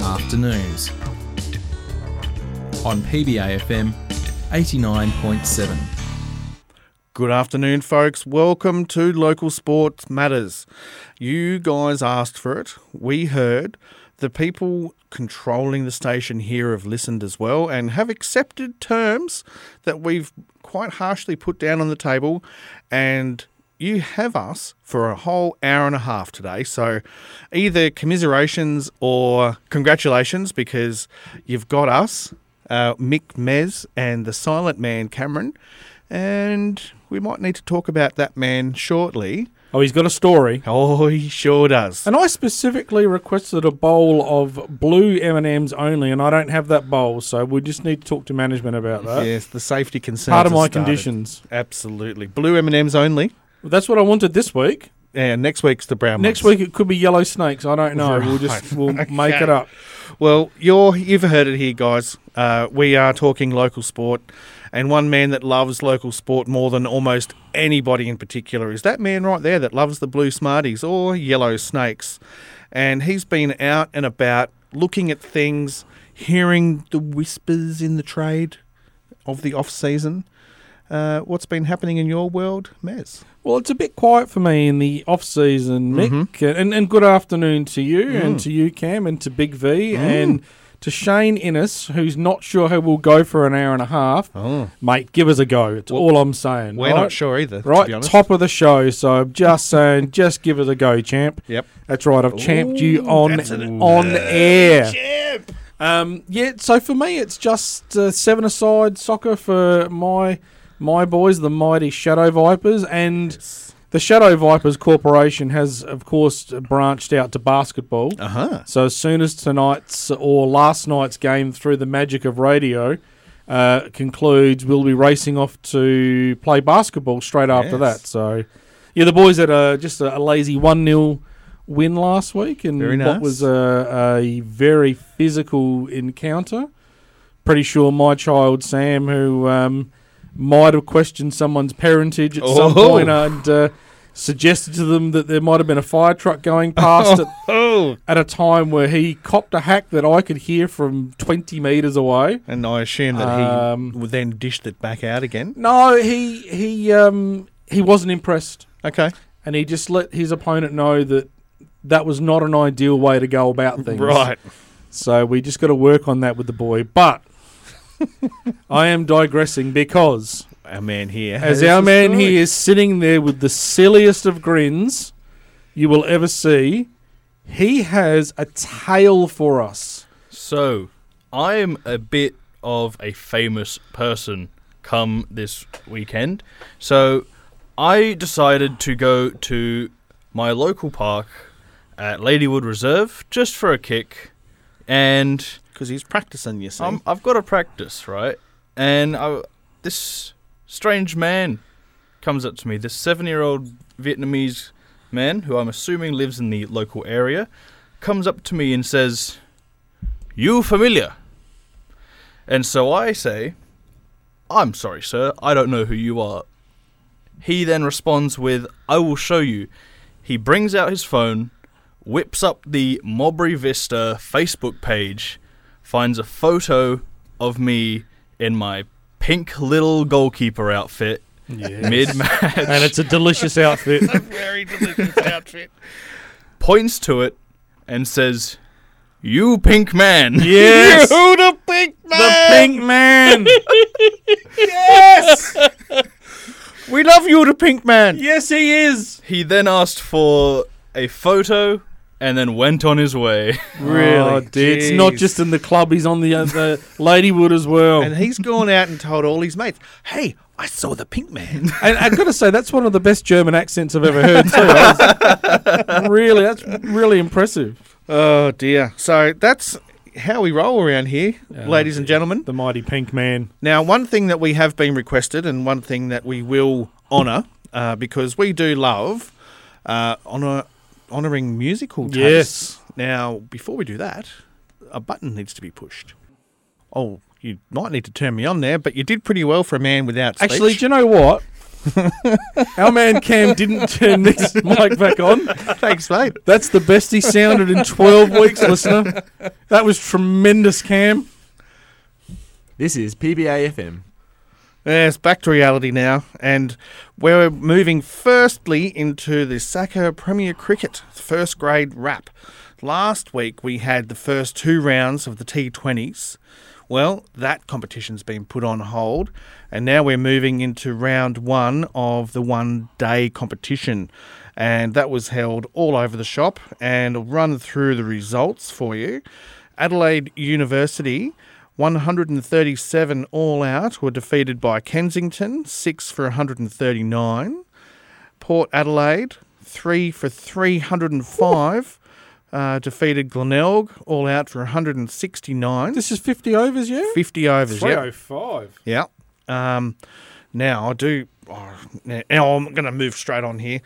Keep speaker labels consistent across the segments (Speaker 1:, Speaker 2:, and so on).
Speaker 1: afternoons on PBAFM 89.7.
Speaker 2: Good afternoon, folks. Welcome to Local Sports Matters. You guys asked for it. We heard. The people controlling the station here have listened as well and have accepted terms that we've quite harshly put down on the table. And you have us for a whole hour and a half today. So either commiserations or congratulations because you've got us, uh, Mick Mez, and the silent man, Cameron. And we might need to talk about that man shortly.
Speaker 3: Oh, he's got a story.
Speaker 2: Oh, he sure does.
Speaker 3: And I specifically requested a bowl of blue M&Ms only, and I don't have that bowl, so we just need to talk to management about that.
Speaker 2: Yes, the safety concerns.
Speaker 3: Part of
Speaker 2: have
Speaker 3: my
Speaker 2: started.
Speaker 3: conditions.
Speaker 2: Absolutely, blue M and M's only.
Speaker 3: Well, that's what I wanted this week.
Speaker 2: And next week's the brown.
Speaker 3: Next
Speaker 2: ones.
Speaker 3: week it could be yellow snakes. I don't know. We'll just we'll make it
Speaker 2: Okay.
Speaker 3: up.
Speaker 2: Well, you're you've heard it here, guys. Uh, we are talking local sport, and one man that loves local sport more than almost anybody in particular is that man right there that loves the blue smarties or yellow snakes, and he's been out and about looking at things, hearing the whispers in the trade of the off season. Uh, what's been happening in your world, Mez?
Speaker 3: Well, it's a bit quiet for me in the off season, Mick.
Speaker 2: Mm-hmm.
Speaker 3: And, and good afternoon to you
Speaker 2: Mm.
Speaker 3: and to you, Cam, and to Big V and to Shane Innes, who's not sure who will go for an hour and a half.
Speaker 2: Oh,
Speaker 3: Mate, give us a go. It's all I'm saying.
Speaker 2: we're
Speaker 3: right?
Speaker 2: not sure either. to be
Speaker 3: Right,
Speaker 2: honest.
Speaker 3: top of the show. So I'm just saying, just give it a go, champ.
Speaker 2: Yep.
Speaker 3: That's right. I've champed you
Speaker 2: Ooh,
Speaker 3: on
Speaker 2: that's an-
Speaker 3: on air. Um, yeah. So for me, it's just uh, seven aside soccer for my my boys, the mighty Shadow Vipers, and the Shadow Vipers Corporation has, of course, branched out to basketball.
Speaker 2: Uh huh.
Speaker 3: So as soon as tonight's or last night's game through the magic of radio uh, concludes, we'll be racing off to play basketball straight
Speaker 2: Yes.
Speaker 3: after that. So, yeah, the boys had a, just a, a lazy 1 0 win last week and
Speaker 2: Very nice.
Speaker 3: what was a, a very physical encounter. Pretty sure my child, Sam, who um, might have questioned someone's parentage at some
Speaker 2: Oh.
Speaker 3: point and uh, suggested to them that there might have been a fire truck going past at
Speaker 2: Oh,
Speaker 3: at a time where he copped a hack that I could hear from 20 metres away.
Speaker 2: And I assume that
Speaker 3: Um,
Speaker 2: he would then dished it back out again.
Speaker 3: No, he he um he wasn't impressed,
Speaker 2: Okay.
Speaker 3: and he just let his opponent know that that was not an ideal way to go about things.
Speaker 2: Right.
Speaker 3: So we just got to work on that with the boy. But I am digressing because
Speaker 2: Our man here.
Speaker 3: as
Speaker 2: has
Speaker 3: our
Speaker 2: a
Speaker 3: man
Speaker 2: story.
Speaker 3: here is sitting there with the silliest of grins you will ever see, he has a tale for us.
Speaker 4: So, I am a bit of a famous person come this weekend. So, I decided to go to my local park at Ladywood Reserve just for a kick. And
Speaker 2: 'Cause he's practicing, you see.
Speaker 4: um, I've got to practice, right? And I, this strange man comes up to me, this seven year old Vietnamese man, who I'm assuming lives in the local area, comes up to me and says, You familiar? And so I say, I'm sorry, sir, I don't know who you are. He then responds with, I will show you. He brings out his phone, whips up the Mobry Vista Facebook page, finds a photo of me in my pink little goalkeeper outfit mid match,
Speaker 3: and it's a delicious outfit.
Speaker 2: very delicious outfit.
Speaker 4: points to it, and says, You pink man.
Speaker 3: Yes,
Speaker 2: Who the pink man?
Speaker 3: the pink man.
Speaker 2: Yes. we love you, the pink man.
Speaker 3: yes, he is.
Speaker 4: He then asked for a photo and then went on his way.
Speaker 2: Really?
Speaker 3: Oh, dear, it's not
Speaker 2: Jeez.
Speaker 3: just in the club. He's on the uh, the Ladywood as well.
Speaker 2: And
Speaker 3: And,
Speaker 2: he's gone out and told all his mates, "Hey, I saw the pink man."
Speaker 3: I've got to say, that's one of the best German accents I've ever heard. Too. That was- really, that's really impressive.
Speaker 2: oh dear. So that's how we roll around here, ladies and gentlemen.
Speaker 3: The mighty pink man.
Speaker 2: Now, one thing that we have been requested, and one thing that we will honour, uh, because we do love uh, honour honouring musical tastes.
Speaker 3: Yes.
Speaker 2: Now, before we do that, a button needs to be pushed. Oh, you might need to turn me on there, but you did pretty well for a man without speech.
Speaker 3: Actually, do you know what? Our man Cam didn't turn Nick's mic back on.
Speaker 2: Thanks, mate.
Speaker 3: That's the best he sounded in 12 weeks, listener. That was tremendous, Cam.
Speaker 5: This is PBAFM.
Speaker 2: Yes, back to reality now, and we're moving firstly into the Soccer Premier Cricket first grade wrap. Last week we had the first two rounds of the T20s. Well, that competition's been put on hold, and now we're moving into round one of the one day competition. And that was held all over the shop, and I'll run through the results for you. Adelaide University 137 all out were defeated by Kensington, 6 for 139. Port Adelaide, 3 for 305. Uh, defeated Glenelg, all out for 169.
Speaker 3: This is 50 overs, yeah?
Speaker 2: 50 overs, yeah.
Speaker 3: 305.
Speaker 2: Yeah. Um, now, I do. Oh, now, I'm going to move straight on here.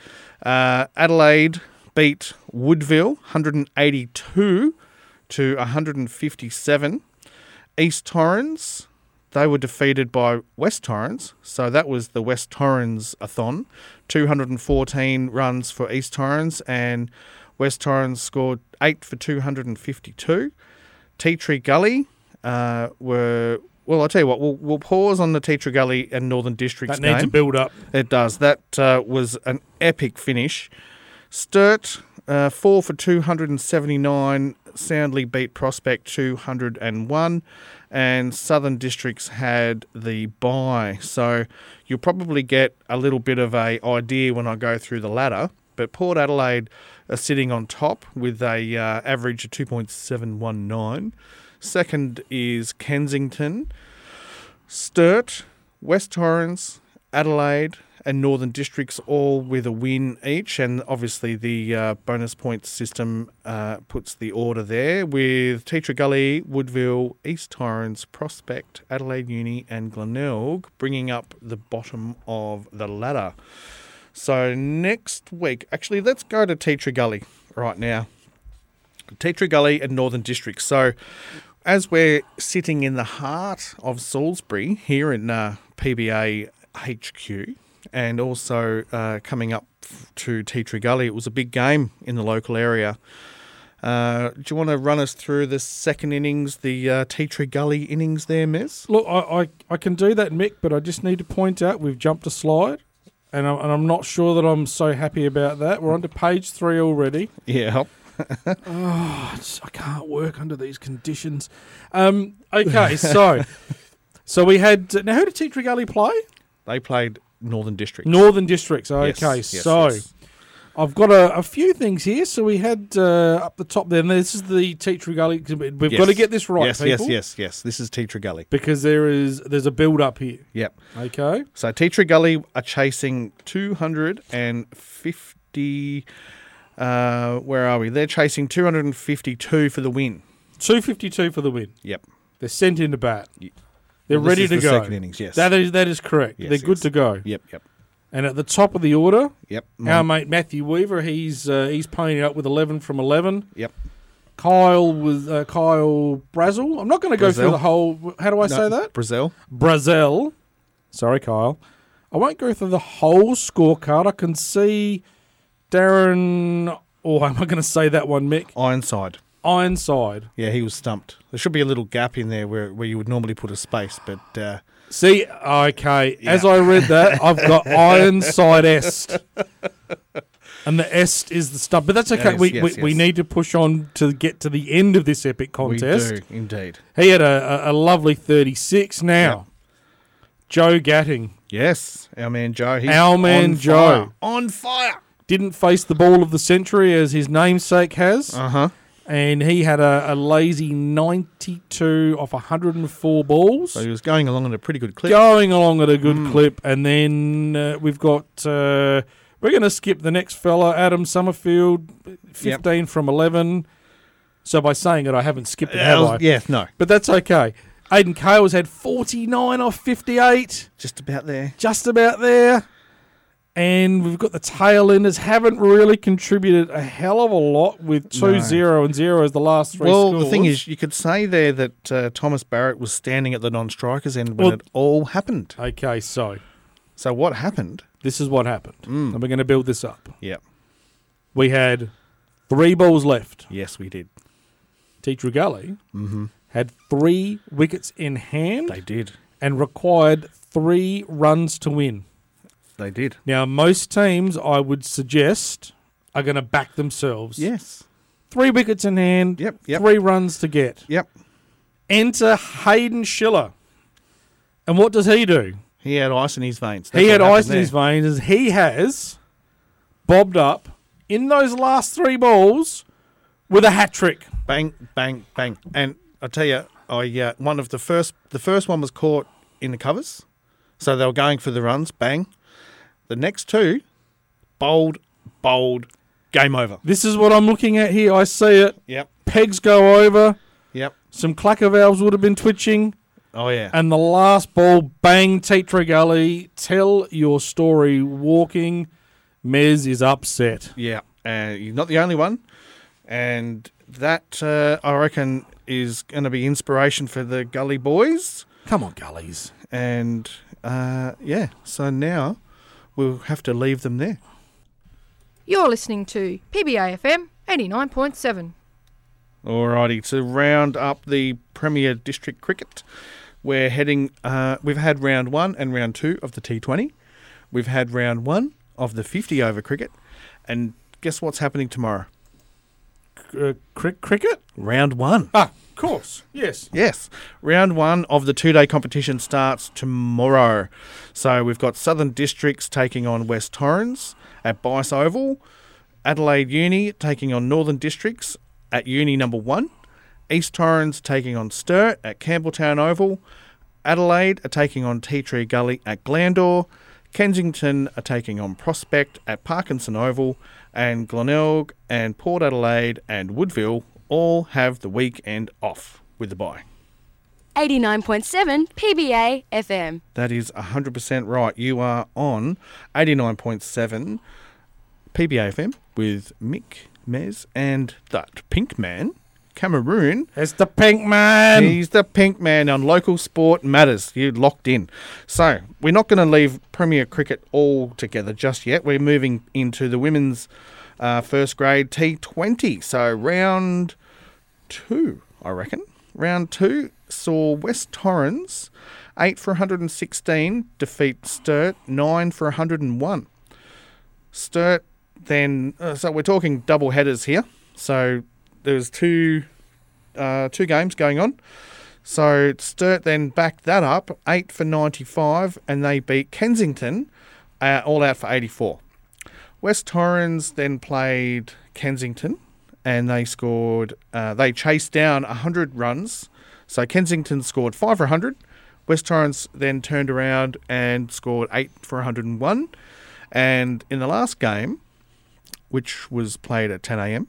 Speaker 2: Uh, Adelaide beat Woodville, 182 to 157. East Torrens, they were defeated by West Torrens. So that was the West Torrens a thon. 214 runs for East Torrens, and West Torrens scored 8 for 252. Tea Tree Gully uh, were. Well, I'll tell you what, we'll, we'll pause on the Tea Tree Gully and Northern Districts
Speaker 3: That needs a
Speaker 2: game.
Speaker 3: build up.
Speaker 2: It does. That uh, was an epic finish. Sturt, uh, four for 279, soundly beat Prospect 201, and Southern Districts had the bye. So you'll probably get a little bit of a idea when I go through the ladder. But Port Adelaide are sitting on top with a uh, average of 2.719. Second is Kensington, Sturt, West Torrens, Adelaide, and Northern Districts all with a win each. And obviously, the uh, bonus points system uh, puts the order there with Teacher Gully, Woodville, East Torrens, Prospect, Adelaide Uni, and Glenelg bringing up the bottom of the ladder. So next week, actually, let's go to Teacher Gully right now. Teacher Gully and Northern Districts. So as we're sitting in the heart of Salisbury here in uh, PBA HQ, and also uh, coming up f- to Tea Tree Gully, it was a big game in the local area. Uh, do you want to run us through the second innings, the uh, Tea Tree Gully innings there, Miss?
Speaker 3: Look, I, I, I can do that, Mick, but I just need to point out we've jumped a slide. And I'm, and I'm not sure that I'm so happy about that. We're on to page three already.
Speaker 2: Yeah.
Speaker 3: Oh, it's- I can't work under these conditions. Um, okay, so so we had now who did Teatree Gully play?
Speaker 2: They played Northern District.
Speaker 3: Northern Districts.
Speaker 2: Yes,
Speaker 3: Okay,
Speaker 2: yes,
Speaker 3: so
Speaker 2: yes.
Speaker 3: I've got a, a few things here. So we had uh, up the top there. And this is the Teatree Gully. 'cause we- We've got to
Speaker 2: Yes.
Speaker 3: get this right,
Speaker 2: yes,
Speaker 3: people.
Speaker 2: yes, yes, yes. This is Tea Tree Gully.
Speaker 3: Because there is there's a build up here.
Speaker 2: Yep.
Speaker 3: Okay.
Speaker 2: So Teacher Gully are chasing 250. Uh, where are we? They're chasing 252 for the win.
Speaker 3: 252 for the win.
Speaker 2: Yep.
Speaker 3: They're sent into bat.
Speaker 2: Ye-
Speaker 3: They're
Speaker 2: Well, this
Speaker 3: ready
Speaker 2: is
Speaker 3: to
Speaker 2: the
Speaker 3: go.
Speaker 2: Second innings, yes.
Speaker 3: That is that is correct.
Speaker 2: Yes,
Speaker 3: They're good
Speaker 2: yes.
Speaker 3: to go.
Speaker 2: yep, yep,
Speaker 3: And at the top of the order,
Speaker 2: yep. Mm.
Speaker 3: Our mate Matthew Weaver, he's uh, he's ponying up with eleven from eleven.
Speaker 2: Yep.
Speaker 3: Kyle with uh, Kyle Brazel. I'm not going to go through
Speaker 2: Brazel.
Speaker 3: the whole. How do I
Speaker 2: No,
Speaker 3: say that?
Speaker 2: Brazil.
Speaker 3: Brazel. Sorry, Kyle. I won't go through the whole scorecard. I can see Darren. Or am I going to say that one, Mick?
Speaker 2: Ironside.
Speaker 3: Ironside.
Speaker 2: Yeah, he was stumped. There should be a little gap in there where, where you would normally put a space, but uh,
Speaker 3: See, okay. As I read that, I've got Ironside Est. And the Est is the stuff. But that's okay.
Speaker 2: Yes,
Speaker 3: we,
Speaker 2: yes,
Speaker 3: we, we
Speaker 2: yes.
Speaker 3: need to push on to get to the end of this epic contest.
Speaker 2: we do indeed.
Speaker 3: He had a, a, a lovely 36. Now, Joe Gatting
Speaker 2: Yes, our man Joe. He's
Speaker 3: Our man
Speaker 2: on
Speaker 3: Joe.
Speaker 2: fire. on fire.
Speaker 3: didn't face the ball of the century as his namesake has.
Speaker 2: Uh huh.
Speaker 3: and he had a, a lazy 92 off 104 balls.
Speaker 2: So he was going along at a pretty good clip. Hmm.
Speaker 3: going along at a good clip. And then uh, we've got. Uh, we're going to skip the next fella, Adam Summerfield, 15 from 11. So by saying it, I haven't skipped it,
Speaker 2: Yeah,
Speaker 3: have I?
Speaker 2: yeah, no,
Speaker 3: But that's okay. Aiden Cale's had 49 off 58,
Speaker 2: just about there.
Speaker 3: just about there. And we've got the tail enders haven't really contributed a hell of a lot with 2
Speaker 2: No.
Speaker 3: 0 and 0 as the last three
Speaker 2: Well,
Speaker 3: scores.
Speaker 2: the thing is, you could say there that uh, Thomas Barrett was standing at the non-strikers end when
Speaker 3: Well-
Speaker 2: it all happened.
Speaker 3: Okay, so
Speaker 2: So what happened?
Speaker 3: This is what happened.
Speaker 2: Mm.
Speaker 3: And we're going to build this up.
Speaker 2: Yep.
Speaker 3: We had three balls left.
Speaker 2: Yes, we did.
Speaker 3: Teach Gully
Speaker 2: Mm-hmm.
Speaker 3: had three wickets in hand
Speaker 2: They did.
Speaker 3: and required three runs to win.
Speaker 2: They did.
Speaker 3: Now, most teams, I would suggest, are going to back themselves.
Speaker 2: Yes.
Speaker 3: Three wickets in hand,
Speaker 2: Yep. Yep.
Speaker 3: three runs to get.
Speaker 2: Yep.
Speaker 3: Enter Hayden Schiller. And what does he do?
Speaker 2: He had ice in his veins.
Speaker 3: he
Speaker 2: That's
Speaker 3: had
Speaker 2: what
Speaker 3: ice
Speaker 2: happened
Speaker 3: in his
Speaker 2: there.
Speaker 3: veins as he has bobbed up in those last three balls with a hat trick.
Speaker 2: Bang, bang, bang. And I tell you, I uh, one of the first. The first one was caught in the covers, so they were going for the runs. Bang. The next two, bold, bold. Game over.
Speaker 3: This is what I'm looking at here. I see it.
Speaker 2: Yep.
Speaker 3: Pegs go over.
Speaker 2: Yep.
Speaker 3: Some clacker valves would have been twitching.
Speaker 2: Oh yeah.
Speaker 3: And the last ball, bang, Tetra Gully. Tell your story walking. Mez is upset.
Speaker 2: Yeah, and you're not the only one. And that uh, I reckon is going to be inspiration for the Gully Boys.
Speaker 3: Come on, Gullies.
Speaker 2: And uh, yeah, so now we'll have to leave them there.
Speaker 6: You're listening to PBAFM 89.7.
Speaker 2: Alrighty, to round up the Premier District Cricket, we're heading. Uh, we've had round one and round two of the T20. We've had round one of the 50 over cricket, and guess what's happening tomorrow?
Speaker 3: Uh, crick, cricket?
Speaker 2: Round one.
Speaker 3: Ah, of course. Yes.
Speaker 2: Yes. Round one of the two day competition starts tomorrow. So we've got Southern Districts taking on West Torrens at Bice Oval, Adelaide Uni taking on Northern Districts at Uni number one, East Torrens taking on Sturt at Campbelltown Oval, Adelaide are taking on Tea Tree Gully at Glandor, Kensington are taking on Prospect at Parkinson Oval, and Glenelg and Port Adelaide and Woodville all have the weekend off with the bye.
Speaker 7: 89.7 PBA FM.
Speaker 2: That is 100% right. You are on 89.7 PBAFM with Mick, Mez, and that pink man, Cameroon.
Speaker 3: It's the pink man.
Speaker 2: He's the pink man on local sport matters. You locked in. So we're not going to leave Premier Cricket altogether just yet. We're moving into the women's uh, first grade T20. So round two, I reckon. Round two saw West Torrens eight for 116 defeat Sturt nine for 101. Sturt then. Uh, so we're talking double headers here. So there's two uh, two games going on. So Sturt then backed that up, eight for 95, and they beat Kensington uh, all out for 84. West Torrens then played Kensington, and they scored. Uh, they chased down 100 runs. So Kensington scored five for 100. West Torrens then turned around and scored eight for 101. And in the last game, which was played at 10 a.m.,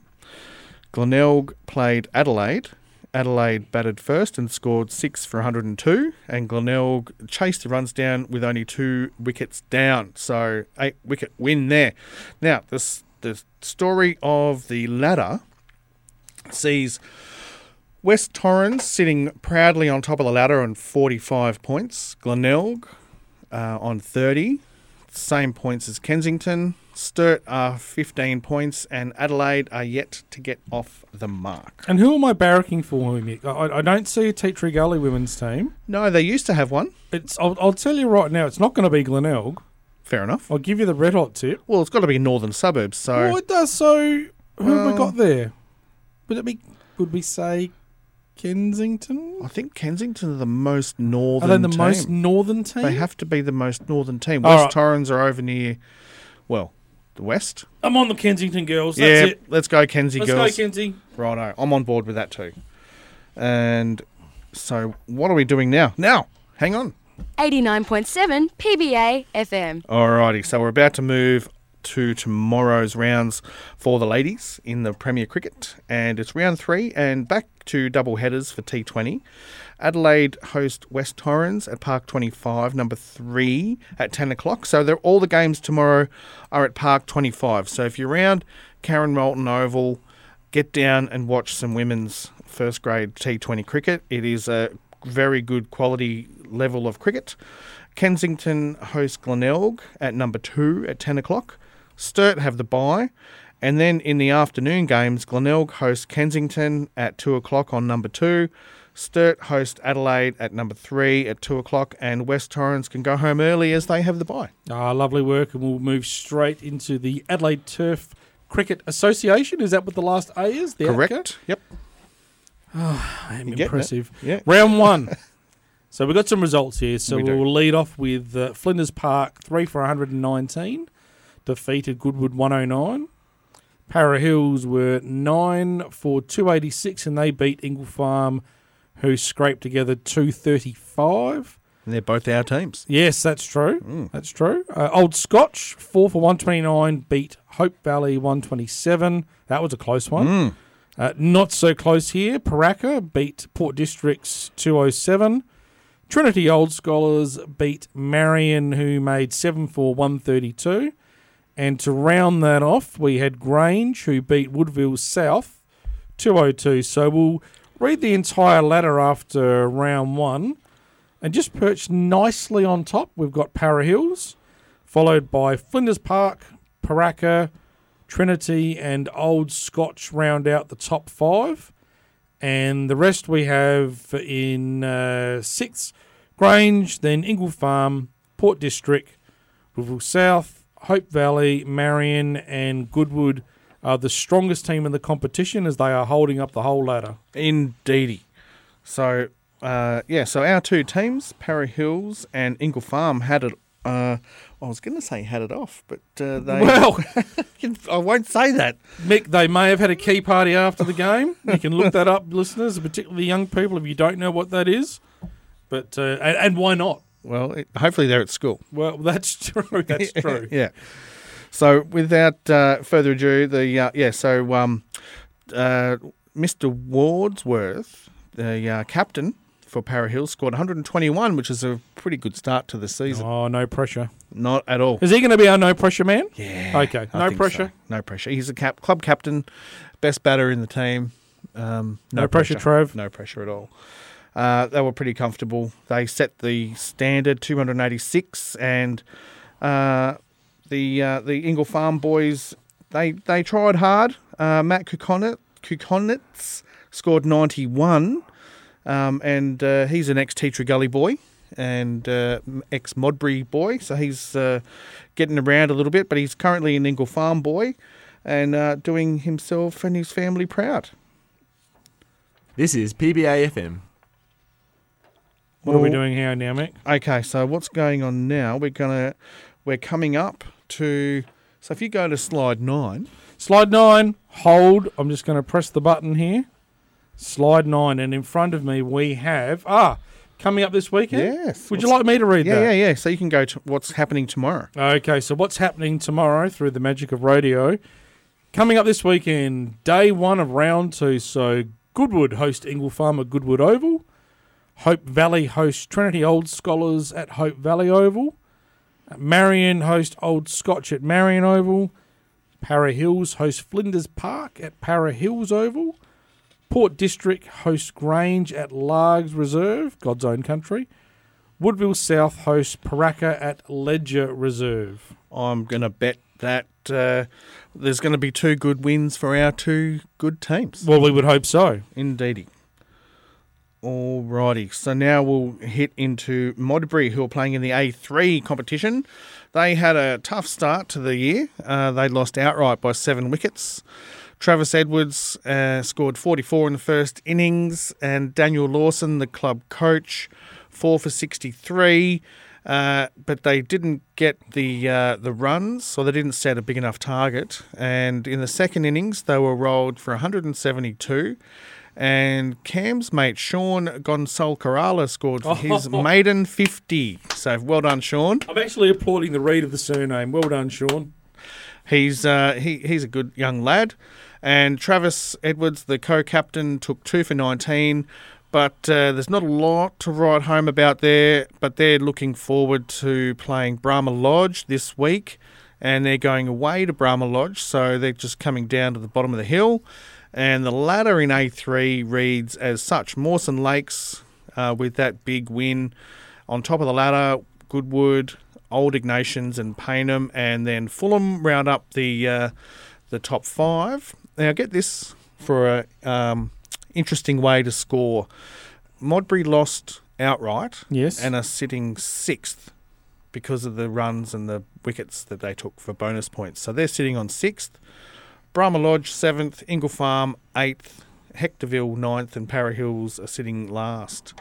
Speaker 2: Glenelg played Adelaide. Adelaide batted first and scored six for 102, and Glenelg chased the runs down with only two wickets down. So eight wicket win there. Now this the story of the ladder sees West Torrens sitting proudly on top of the ladder on 45 points. Glenelg uh, on 30, same points as Kensington. Sturt are 15 points, and Adelaide are yet to get off the mark.
Speaker 3: And who am I barracking for, Mick? I, I- I don't see a Teatree Gully women's team.
Speaker 2: No, they used to have one.
Speaker 3: It's I'll, I'll tell you right now, it's not going to be Glenelg.
Speaker 2: Fair enough.
Speaker 3: I'll give you the red hot tip.
Speaker 2: Well, it's got to be northern suburbs, so
Speaker 3: Well, it does. So who have
Speaker 2: Well-
Speaker 3: we got there? Would it be? Would we say Kensington?
Speaker 2: I think Kensington are the most
Speaker 3: Are
Speaker 2: northern.
Speaker 3: they the
Speaker 2: team.
Speaker 3: most northern team?
Speaker 2: They have to be the most northern team.
Speaker 3: All
Speaker 2: West
Speaker 3: right.
Speaker 2: Torrens are over near, well, the west.
Speaker 3: I'm on the Kensington girls.
Speaker 2: yeah,
Speaker 3: That's it.
Speaker 2: let's go, Kenzie
Speaker 3: Let's
Speaker 2: girls.
Speaker 3: go, Kenzie.
Speaker 2: Righto, I'm on board with that too. And so, what are we doing now? Now, hang on.
Speaker 7: 89.7 PBA FM.
Speaker 2: Alrighty, so we're about to move to tomorrow's rounds for the ladies in the Premier Cricket, and it's round three and back to double headers for T20. Adelaide host West Torrens at Park 25, number three at 10 o'clock. So they're, all the games tomorrow are at Park 25. So if you're around Karen Moulton Oval, get down and watch some women's first grade T20 cricket. It is a very good quality level of cricket. Kensington host Glenelg at number two at 10 o'clock. Sturt have the bye. And then in the afternoon games, Glenelg hosts Kensington at 2 o'clock on number two. Sturt host Adelaide at number three at 2 o'clock. And West Torrens can go home early as they have the bye.
Speaker 3: Ah, lovely work, and we'll move straight into the Adelaide Turf Cricket Association. Is that what the last A is? The
Speaker 2: Correct?
Speaker 3: ATCA?
Speaker 2: Yep.
Speaker 3: I am
Speaker 2: You're getting it.
Speaker 3: impressive.
Speaker 2: Yeah.
Speaker 3: Round one. so we've got some results here. So
Speaker 2: We
Speaker 3: we
Speaker 2: do.
Speaker 3: will lead off with uh, Flinders Park, 3 for 119. Defeated Goodwood 109. Para Hills were 9 for 286, and they beat Ingle Farm, who scraped together 235.
Speaker 2: And they're both our teams.
Speaker 3: Yes, that's true. That's true. Uh, Old Scotch, 4 for 129, beat Hope Valley 127. That was a close one. Uh, not so close here. Paraka beat Port Districts 207. Trinity Old Scholars beat Marion, who made 7 for 132. And to round that off, we had Grange, who beat Woodville South 202. So we'll read the entire ladder after round one. And just perched nicely on top, we've got Para Hills, followed by Flinders Park, Paraka, Trinity, and Old Scotch round out the top five. And the rest we have in uh, sixth Grange, then Ingle Farm, Port District, Woodville South, Hope Valley, Marion, and Goodwood are the strongest team in the competition as they are holding up the whole ladder.
Speaker 2: Indeedy. So, uh, yeah, so our two teams, Parry Hills and Ingle Farm, had it. Uh, I was going to say had it off, but uh, they.
Speaker 3: Well,
Speaker 2: I won't say that.
Speaker 3: Mick, they may have had a key party after the game. You can look that up, listeners, particularly young people, if you don't know what that is. But uh, and, and why not?
Speaker 2: Well, it, hopefully they're at school.
Speaker 3: Well, that's true. That's true.
Speaker 2: yeah. So, without uh, further ado, the uh, yeah. So, um, uh, Mr. Wardsworth, the uh, captain for Parry Hills, scored 121, which is a pretty good start to the season.
Speaker 3: Oh, no pressure.
Speaker 2: Not at all.
Speaker 3: Is he going to be our no pressure man?
Speaker 2: Yeah.
Speaker 3: Okay,
Speaker 2: I
Speaker 3: no
Speaker 2: think
Speaker 3: pressure.
Speaker 2: so. No pressure. He's a cap- club captain, best batter in the team. Um,
Speaker 3: No, pressure, Trove.
Speaker 2: No pressure at all. Uh, they were pretty comfortable. They set the standard 286, and uh, the uh, the Ingle Farm boys they they tried hard. Uh, Matt Kukonit, Kukonitz scored 91, um, and uh, he's an ex Teacher Gully boy and uh, ex Modbury boy, so he's uh, getting around a little bit, but he's currently an Ingle Farm boy and uh, doing himself and his family proud.
Speaker 5: This is PBA FM.
Speaker 3: What are we
Speaker 2: Well,
Speaker 3: doing here now, Mick?
Speaker 2: Okay, so what's going on now? We're gonna we're coming up to so if you go to slide nine,
Speaker 3: Slide nine. Hold. I'm just going to press the button here. Slide nine, and in front of me we have ah coming up this weekend.
Speaker 2: Yes.
Speaker 3: Would you like me to read
Speaker 2: yeah,
Speaker 3: that?
Speaker 2: yeah, yeah. So you can go to what's happening tomorrow.
Speaker 3: Okay, so what's happening tomorrow through the magic of radio? Coming up this weekend, day one of round two. So Goodwood host Ingle Farm at Goodwood Oval. Hope Valley host Trinity Old Scholars at Hope Valley Oval. Marion host Old Scotch at Marion Oval. Para Hills host Flinders Park at Para Hills Oval. Port District hosts Grange at Largs Reserve, God's own country. Woodville South hosts Paraka at Ledger Reserve.
Speaker 2: I'm gonna bet that uh, there's gonna be two good wins for our two good teams.
Speaker 3: Well, we would hope so.
Speaker 2: Indeedy. Alrighty, so now we'll hit into Modbury, who are playing in the A3 competition. They had a tough start to the year. Uh, they lost outright by seven wickets. Travis Edwards uh, scored 44 in the first innings, and Daniel Lawson, the club coach, four for 63. Uh, but they didn't get the uh, the runs, so they didn't set a big enough target. And in the second innings, they were rolled for 172. And Cam's mate Sean Gonsalcarala scored for his maiden 50. So well done, Sean.
Speaker 3: I'm actually applauding the read of the surname. Well done, Sean.
Speaker 2: He's uh, he he's a good young lad, and Travis Edwards, the co-captain, took two for nineteen. But uh, there's not a lot to write home about there. But they're looking forward to playing Brahma Lodge this week, and they're going away to Brahma Lodge, so they're just coming down to the bottom of the hill. And the ladder in A3 reads as such: Mawson Lakes, uh, with that big win, on top of the ladder. Goodwood, Old Ignatians, and Paynham, and then Fulham round up the uh, the top five. Now, get this for a um, interesting way to score. Modbury lost outright
Speaker 3: Yes.
Speaker 2: and are sitting sixth because of the runs and the wickets that they took for bonus points. So they're sitting on sixth. Brahma Lodge seventh, Ingle Farm eighth, Hectorville ninth, and Parra Hills are sitting last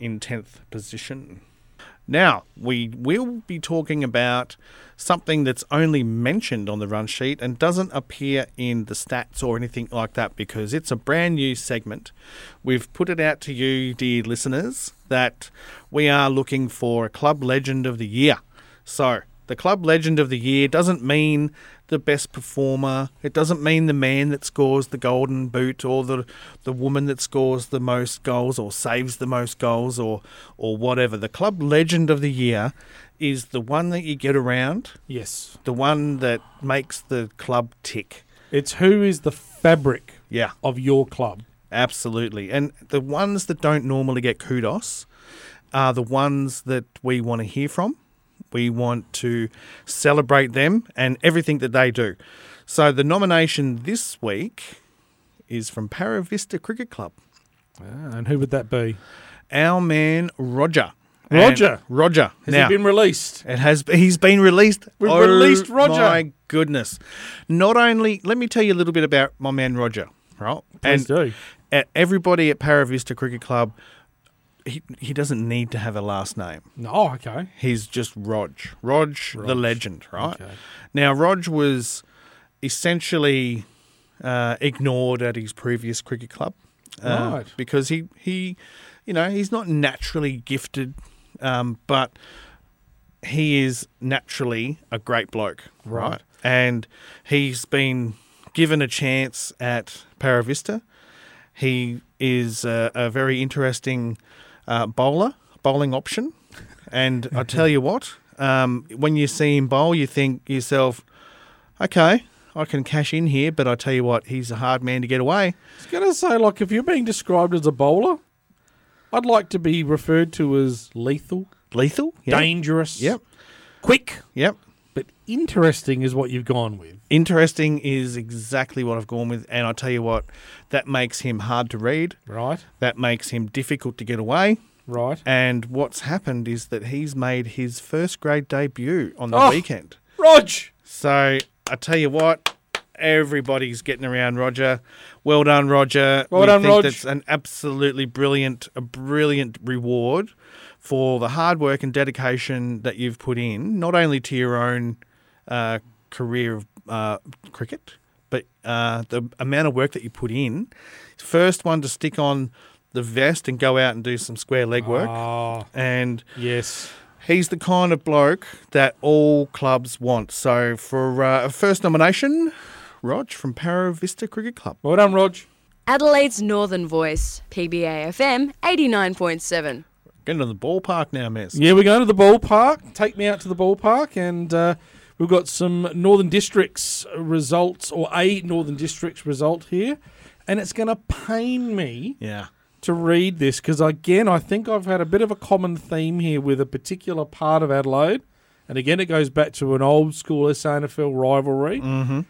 Speaker 2: in tenth position. Now we will be talking about something that's only mentioned on the run sheet and doesn't appear in the stats or anything like that because it's a brand new segment. We've put it out to you, dear listeners, that we are looking for a club legend of the year. So, the club legend of the year doesn't mean the best performer. It doesn't mean the man that scores the golden boot or the the woman that scores the most goals or saves the most goals or or whatever. The club legend of the year is the one that you get around,
Speaker 3: Yes.
Speaker 2: the one that makes the club tick.
Speaker 3: It's who is the fabric
Speaker 2: Yeah.
Speaker 3: of your club.
Speaker 2: Absolutely. And the ones that don't normally get kudos are the ones that we want to hear from. We want to celebrate them and everything that they do. So the nomination this week is from Para Vista Cricket Club.
Speaker 3: Ah, and who would that be?
Speaker 2: Our man Roger.
Speaker 3: Roger?
Speaker 2: And Roger.
Speaker 3: Has
Speaker 2: now,
Speaker 3: he been released?
Speaker 2: it has. He's been released. Oh
Speaker 3: We've released Roger.
Speaker 2: My goodness! Not only. Let me tell you a little bit about my man Roger. Right.
Speaker 3: Please
Speaker 2: and
Speaker 3: do.
Speaker 2: at E-, everybody at Para Vista Cricket Club, he, he doesn't need to have a last name.
Speaker 3: No, oh, okay.
Speaker 2: He's just Rog. Rog, the legend, right?
Speaker 3: Okay.
Speaker 2: Now, Rog was essentially uh, ignored at his previous cricket club. uh,
Speaker 3: Right.
Speaker 2: Because he, he, you know, he's not naturally gifted, um, but he is naturally a great bloke, right?
Speaker 3: Right.
Speaker 2: And he's been given a chance at Para Vista. He is a, a very interesting uh, bowler, bowling option. And I tell you what, um, when you see him bowl, you think yourself, okay, I can cash in here, but I tell you what, he's a hard man to get away.
Speaker 3: I was going to say, like, if you're being described as a bowler, I'd like to be referred to as lethal,
Speaker 2: Lethal? Yep.
Speaker 3: dangerous,
Speaker 2: Yep.
Speaker 3: quick,
Speaker 2: Yep.
Speaker 3: but interesting is what you've gone with.
Speaker 2: Interesting is exactly what I've gone with. And I tell you what, that makes him hard to read.
Speaker 3: Right,
Speaker 2: That makes him difficult to get away.
Speaker 3: right.
Speaker 2: And what's happened is that he's made his first grade debut on the
Speaker 3: Oh.
Speaker 2: weekend.
Speaker 3: Rog!
Speaker 2: So I tell you what, everybody's getting around Roger. Well done, Roger.
Speaker 3: Well done, Rog.
Speaker 2: That's an absolutely brilliant, a brilliant reward for the hard work and dedication that you've put in, not only to your own uh, career of uh, cricket, but uh, the amount of work that you put in. First one to stick on the vest and go out and do some square leg work.
Speaker 3: Ah,
Speaker 2: And
Speaker 3: yes.
Speaker 2: He's the kind of bloke that all clubs want. So for uh, first nomination, Rog from Para Vista Cricket Club.
Speaker 3: Well done, Rog.
Speaker 7: Adelaide's Northern Voice, PBA FM 89.7.
Speaker 2: Going to the ballpark now, Mez.
Speaker 3: Yeah, we're going to the ballpark. Take me out to the ballpark, and uh, we've got some Northern Districts results, or a Northern Districts result here. And it's going to pain me
Speaker 2: Yeah.
Speaker 3: to read this because again I think I've had a bit of a common theme here with a particular part of Adelaide, and again it goes back to an old school SNFL rivalry. Mm-hmm.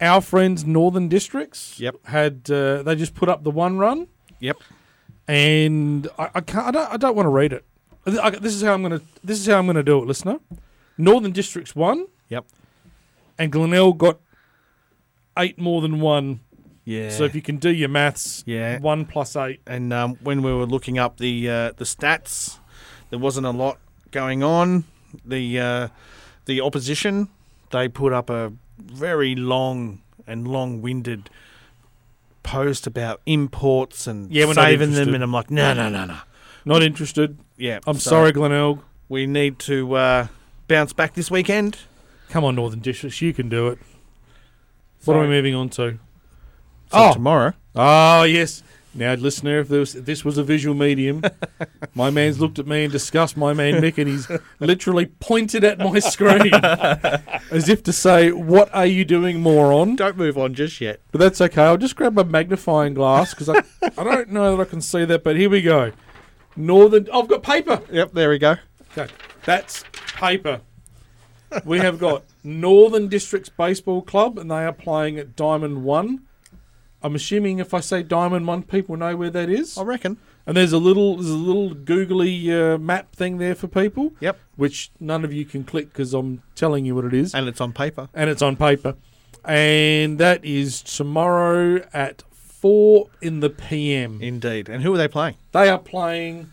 Speaker 3: Our friends Northern Districts
Speaker 2: Yep.
Speaker 3: had uh, they just put up the one run,
Speaker 2: Yep.
Speaker 3: and I, I can't I don't, I don't want to read it. Th- I- This is how I'm gonna this is how I'm gonna do it, listener. Northern Districts won,
Speaker 2: Yep.
Speaker 3: and Glenelg got eight more than one.
Speaker 2: Yeah.
Speaker 3: So if you can do your maths,
Speaker 2: Yeah.
Speaker 3: one plus eight.
Speaker 2: and um, when we were looking up the uh, the stats, there wasn't a lot going on. The uh, the opposition they put up a very long and long winded post about imports and
Speaker 3: Yeah, we're not
Speaker 2: saving them,
Speaker 3: interested.
Speaker 2: and I'm like, no, no, no, no.
Speaker 3: Not interested.
Speaker 2: Yeah,
Speaker 3: I'm
Speaker 2: so-
Speaker 3: sorry, Glenelg.
Speaker 2: We need to uh, bounce back this weekend.
Speaker 3: Come on, Northern Districts, you can do it. What are
Speaker 2: Sorry.
Speaker 3: we moving on to?
Speaker 2: So
Speaker 3: Oh.
Speaker 2: tomorrow.
Speaker 3: Oh, yes. Now, listener, if, there was, if this was a visual medium, my man's looked at me in disgust, my man Mick, and he's literally pointed at my screen as if to say, What are you doing, moron?
Speaker 2: Don't move on just yet.
Speaker 3: But that's okay. I'll just grab my magnifying glass because I, I don't know that I can see that, but here we go. Northern. oh, I've got paper.
Speaker 2: Yep, there we go.
Speaker 3: Okay. That's paper. We have got Northern Districts Baseball Club, and they are playing at Diamond One. I'm assuming if I say Diamond One, people know where that is.
Speaker 2: I reckon.
Speaker 3: And there's a little, there's a little googly uh, map thing there for people,
Speaker 2: Yep.
Speaker 3: which none of you can click because I'm telling you what it is,
Speaker 2: And it's on paper.
Speaker 3: and it's on paper. And that is tomorrow at four in the PM.
Speaker 2: Indeed. And who are they playing?
Speaker 3: They are playing.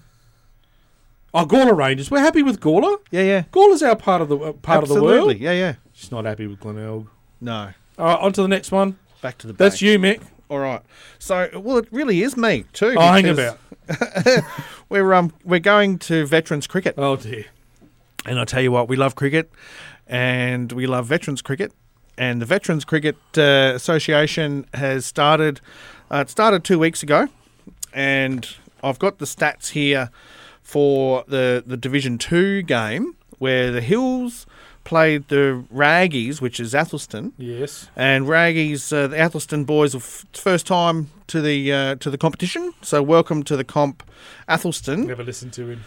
Speaker 3: Oh, Gawler Rangers. We're happy with Gawler.
Speaker 2: Yeah, yeah.
Speaker 3: Gawler's our part of the uh, part
Speaker 2: Absolutely.
Speaker 3: of the world.
Speaker 2: Yeah, yeah.
Speaker 3: She's not happy with Glenelg.
Speaker 2: No.
Speaker 3: All right, on to the next one.
Speaker 2: Back to the
Speaker 3: That's
Speaker 2: bank.
Speaker 3: you, Mick.
Speaker 2: All right. So, well, it really is me too.
Speaker 3: Oh, hang
Speaker 2: because
Speaker 3: about.
Speaker 2: We're um we're going to veterans cricket,
Speaker 3: Oh dear.
Speaker 2: and I tell you what, we love cricket, and we love veterans cricket, and the Veterans Cricket uh, Association has started. Uh, it started two weeks ago, and I've got the stats here for the the Division Two game where the Hills played the Raggies, which is Athelstan,
Speaker 3: Yes.
Speaker 2: and Raggies, uh, the Athelstan boys, are f- first time to the uh, to the competition. So welcome to the comp, Athelstan.
Speaker 3: Never listen to him.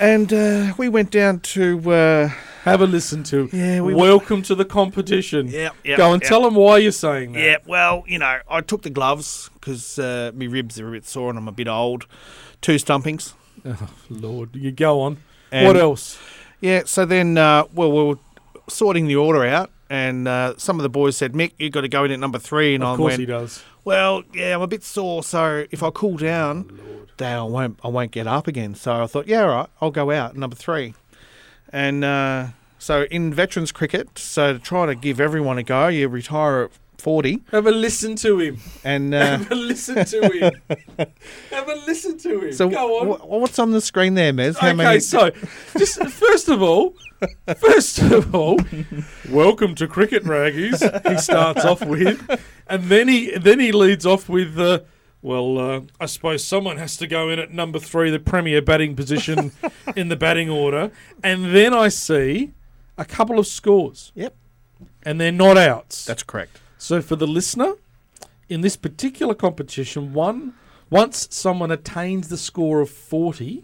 Speaker 2: And uh, we went down to uh,
Speaker 3: Have a listen to.
Speaker 2: Yeah, we-
Speaker 3: Welcome to the competition.
Speaker 2: yeah, yeah.
Speaker 3: Go and tell them why you're saying that.
Speaker 2: Yeah, well, you know, I took the gloves because uh, my ribs are a bit sore and I'm a bit old. Two stumpings.
Speaker 3: Oh, Lord, you go on.
Speaker 2: And-
Speaker 3: what else?
Speaker 2: Yeah, so then, uh, well, we were sorting the order out, and uh, some of the boys said, Mick, you've got to go in at number three. And I
Speaker 3: Of course
Speaker 2: went,
Speaker 3: he does.
Speaker 2: Well, yeah, I'm a bit sore, so if I cool down, then I won't I won't get up again. So I thought, yeah, all right, I'll go out number three, and uh, so in veterans cricket, so to try to give everyone a go, you retire at forty,
Speaker 3: Have a listen to him.
Speaker 2: and uh,
Speaker 3: Have a listen to him. Have a listen to him.
Speaker 2: so
Speaker 3: go on.
Speaker 2: wh- what's on the screen there, Mez? How
Speaker 3: okay,
Speaker 2: many-
Speaker 3: so just first of all, first of all, welcome to cricket, Raggies. He starts off with, and then he then he leads off with, uh, well, uh, I suppose someone has to go in at number three, the premier batting position in the batting order, and then I see a couple of scores.
Speaker 2: Yep.
Speaker 3: and they're not outs.
Speaker 2: that's correct.
Speaker 3: So for the listener, in this particular competition, one once someone attains the score of 40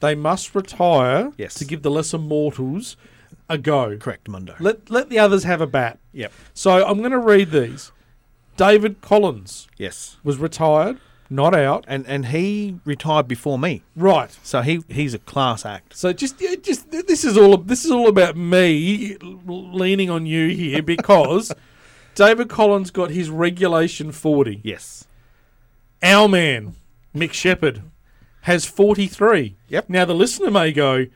Speaker 3: they must retire
Speaker 2: Mm-hmm. Yes.
Speaker 3: to give the lesser mortals a go.
Speaker 2: Correct, Mundo.
Speaker 3: Let let the others have a bat.
Speaker 2: Yep.
Speaker 3: So I'm going to read these. David Collins
Speaker 2: Yes,
Speaker 3: was retired, not out.
Speaker 2: and and he retired before me,
Speaker 3: Right.
Speaker 2: so he he's a class act.
Speaker 3: So just yeah, just th- this is all this is all about me leaning on you here because David Collins got his regulation 40.
Speaker 2: Yes,
Speaker 3: Our man, Mick Shepherd, has 43.
Speaker 2: Yep.
Speaker 3: Now, the listener may go,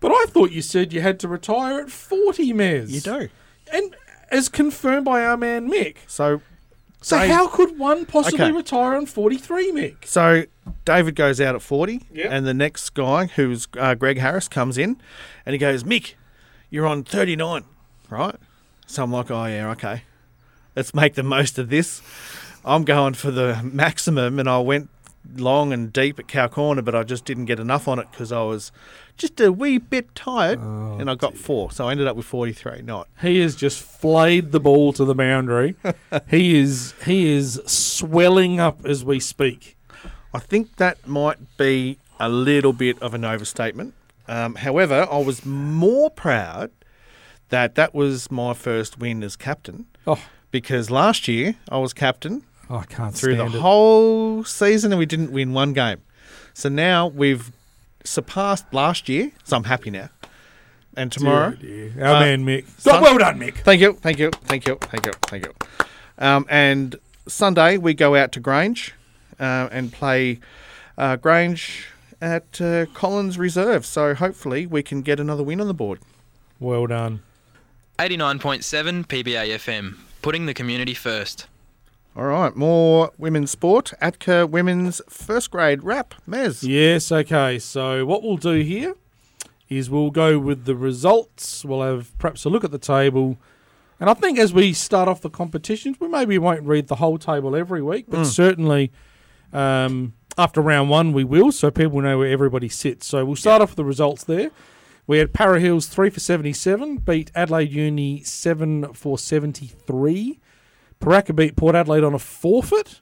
Speaker 3: but I thought you said you had to retire at 40, Mez.
Speaker 2: you do.
Speaker 3: And as confirmed by our man, Mick.
Speaker 2: So
Speaker 3: So,
Speaker 2: Dave-
Speaker 3: how could one possibly
Speaker 2: Okay.
Speaker 3: retire on 43, Mick?
Speaker 2: So David goes out at 40,
Speaker 3: Yep.
Speaker 2: and the next guy, who's uh, Greg Harris, comes in and he goes, Mick, you're on 39, right? So I'm like, oh, yeah, okay. Let's make the most of this. I'm going for the maximum, and I went long and deep at Cow Corner, but I just didn't get enough on it because I was just a wee bit tired, and I got four. So I ended up with 43, not.
Speaker 3: He has just flayed the ball to the boundary. he is he is swelling up as we speak.
Speaker 2: I think that might be a little bit of an overstatement. Um, however, I was more proud that that was my first win as captain
Speaker 3: Oh,
Speaker 2: because last year I was captain
Speaker 3: I can't
Speaker 2: through
Speaker 3: stand
Speaker 2: the
Speaker 3: it.
Speaker 2: whole season and we didn't win one game. So now we've surpassed last year, so I'm happy now. And tomorrow,
Speaker 3: Dear, dear. Our
Speaker 2: Uh,
Speaker 3: man, Mick.
Speaker 2: Sun-
Speaker 3: well done, Mick.
Speaker 2: Thank you, thank you, thank you, thank you, thank you. Um, and Sunday we go out to Grange uh, and play uh, Grange at uh, Collins Reserve. So hopefully we can get another win on the board.
Speaker 3: Well done.
Speaker 8: 89.7 PBA FM, putting the community first.
Speaker 2: All right, more women's sport. Atka women's first grade rap. Mez.
Speaker 3: Yes, okay. So what we'll do here is we'll go with the results. We'll have perhaps a look at the table. And I think as we start off the competitions, we maybe won't read the whole table every week, but certainly um, after round one we will, so people know where everybody sits. So we'll start off with the results there. We had Para Hills three for seventy seven, beat Adelaide Uni seven for seventy three. Paraka beat Port Adelaide on a forfeit.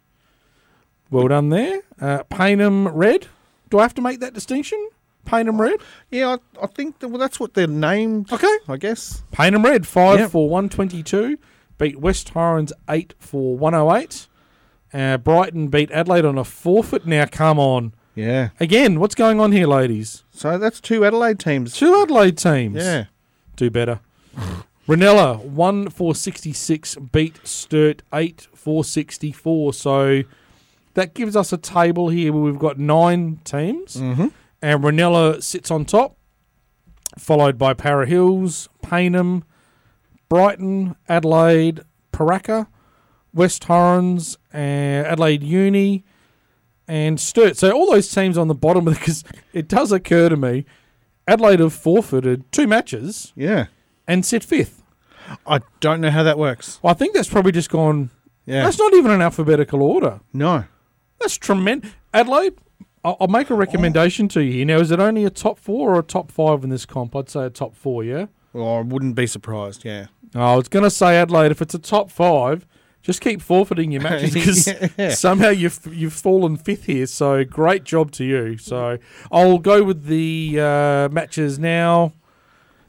Speaker 3: Well done there. Uh, Paynham Red. Do I have to make that distinction? Paint 'em red.
Speaker 2: Yeah, I, I think that, well, that's what they're named.
Speaker 3: Okay.
Speaker 2: I guess.
Speaker 3: Paint 'em red. Five
Speaker 2: Yep.
Speaker 3: for one twenty two. Beat West Torrens eight for one oh eight. Uh, Brighton beat Adelaide on a forfeit. Now come on.
Speaker 2: Yeah.
Speaker 3: Again, what's going on here, ladies?
Speaker 2: So that's two Adelaide teams.
Speaker 3: Two Adelaide teams.
Speaker 2: Yeah.
Speaker 3: Do better. Ranella, 1 for 66, beat Sturt 8 for 64. So that gives us a table here where we've got nine teams.
Speaker 2: Mm-hmm.
Speaker 3: And Ranella sits on top, followed by Para Hills, Paynham, Brighton, Adelaide, Paraka, West Horns, uh, Adelaide Uni, and Sturt. So all those teams on the bottom, because it does occur to me, Adelaide have forfeited two matches
Speaker 2: Yeah.
Speaker 3: and sit fifth.
Speaker 2: I don't know how that works.
Speaker 3: Well, I think that's probably just gone.
Speaker 2: Yeah.
Speaker 3: That's not even an alphabetical order.
Speaker 2: no.
Speaker 3: That's tremendous. Adelaide, I'll, I'll make a recommendation to you here. Now, is it only a top four or a top five in this comp? I'd say a top four, yeah?
Speaker 2: Well, I wouldn't be surprised. Yeah.
Speaker 3: I was going to say Adelaide. If it's a top five, just keep forfeiting your matches because
Speaker 2: Yeah.
Speaker 3: somehow you've you've fallen fifth here. So great job to you. So I'll go with the uh, matches now.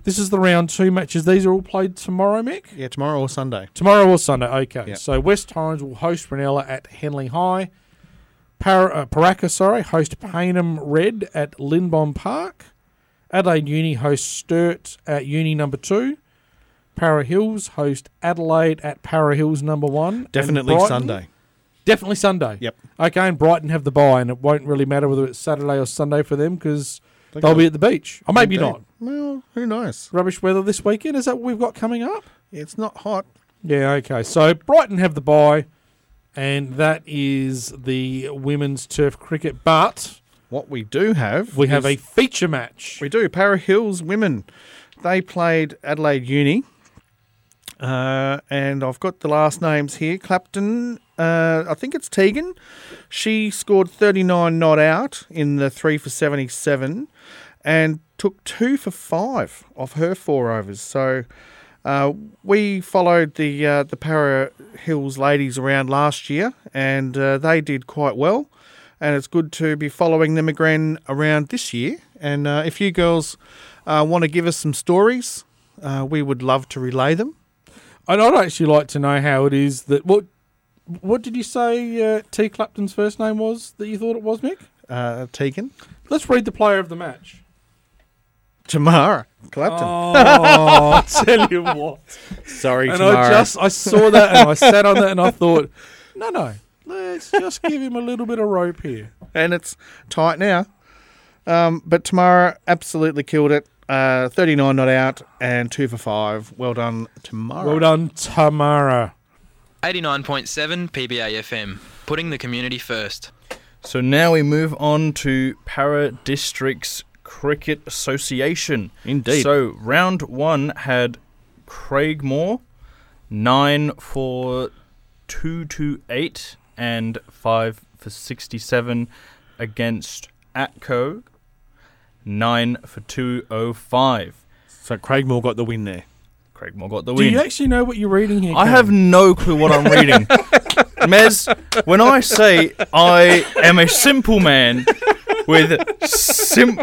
Speaker 3: This is the round two matches. These are all played tomorrow, Mick.
Speaker 2: Yeah. Tomorrow or Sunday.
Speaker 3: Tomorrow or Sunday. Okay.
Speaker 2: Yep.
Speaker 3: So West Torrens will host Ranella at Henley High. Par- uh, Paraka, sorry, host Paynham Red at Lindbom Park. Adelaide Uni hosts Sturt at Uni number two. Para Hills host Adelaide at Para Hills number one. And
Speaker 2: Definitely
Speaker 3: Brighton-
Speaker 2: Sunday.
Speaker 3: Definitely Sunday.
Speaker 2: Yep.
Speaker 3: Okay, and Brighton have the bye, and it won't really matter whether it's Saturday or Sunday for them because
Speaker 2: They
Speaker 3: they'll
Speaker 2: got-
Speaker 3: be at the beach. Or maybe
Speaker 2: Indeed.
Speaker 3: not.
Speaker 2: Well, who knows?
Speaker 3: Rubbish weather this weekend. Is that what we've got coming up?
Speaker 2: It's not hot.
Speaker 3: Yeah, okay. So Brighton have the bye, and that is the women's turf cricket. But
Speaker 2: What we do have,
Speaker 3: we have
Speaker 2: is-
Speaker 3: a feature match.
Speaker 2: We do. Para Hills women. They played Adelaide Uni. Uh, and I've got the last names here. Clapton, uh, I think it's Tegan. She scored 39 not out in the three for 77 and took two for five off her four overs. So uh, we followed the, uh, the Para Hills ladies around last year and uh, they did quite well and it's good to be following them again around this year. And uh, if you girls uh, want to give us some stories, uh, we would love to relay them.
Speaker 3: And I'd actually like to know how it is that what what did you say uh, T Clapton's first name was that you thought it was, Mick?
Speaker 2: Uh, Tegan,
Speaker 3: Let's read the player of the match.
Speaker 2: Tamara Clapton.
Speaker 3: Oh, I tell you what.
Speaker 2: Sorry,
Speaker 3: And I just I saw that and I sat on that and I thought, no, no, let's just give him a little bit of rope here.
Speaker 2: and it's tight now. Um, but Tamara absolutely killed it. Uh, 39 not out and two for five. Well done, Tamara.
Speaker 3: Well done, Tamara.
Speaker 8: 89.7 PBA FM, putting the community first.
Speaker 4: So now we move on to Para Districts Cricket Association.
Speaker 2: Indeed.
Speaker 4: So round one had Craigmore, nine for two two eight and five for sixty seven against Atco, nine for two oh five.
Speaker 2: So Craigmore got the win there.
Speaker 4: Craigmore got the
Speaker 3: Do
Speaker 4: win.
Speaker 3: you actually know what you're reading here?
Speaker 4: I
Speaker 3: Cam?
Speaker 4: have no clue what I'm reading. Mez, when I say I am a simple man with sim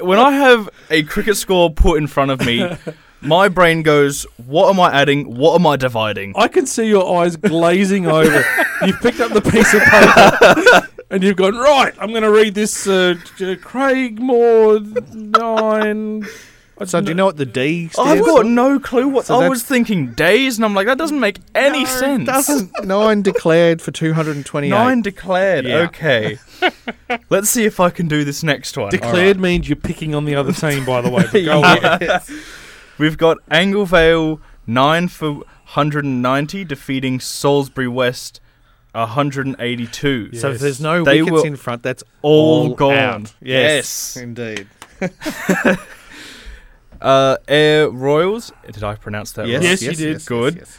Speaker 4: when I have a cricket score put in front of me, my brain goes, what am I adding? What am I dividing?
Speaker 3: I can see your eyes glazing over. You've picked up the piece of paper and you've gone right. I'm going to read this. Uh, J- Craig Moore nine.
Speaker 2: So do you know what the D stands
Speaker 4: I've got
Speaker 2: for?
Speaker 4: no clue what
Speaker 2: So
Speaker 4: I
Speaker 2: that's-
Speaker 4: was thinking days and I'm like that doesn't make any sense.
Speaker 2: Doesn't nine declared for 228.
Speaker 4: Nine declared.
Speaker 2: Yeah.
Speaker 4: Okay. Let's see if I can do this next one.
Speaker 3: Declared means you're picking on the other team, by the way. But go on.
Speaker 4: We've got Anglevale 9 for 190 defeating Salisbury West 182.
Speaker 2: So if there's no
Speaker 4: They
Speaker 2: wickets
Speaker 4: were
Speaker 2: in front, that's
Speaker 4: all gone.
Speaker 2: out.
Speaker 4: Yes.
Speaker 2: Indeed.
Speaker 4: Uh, Air Royals, did I pronounce that right?
Speaker 3: Yes, you did.
Speaker 4: Good.
Speaker 2: yes.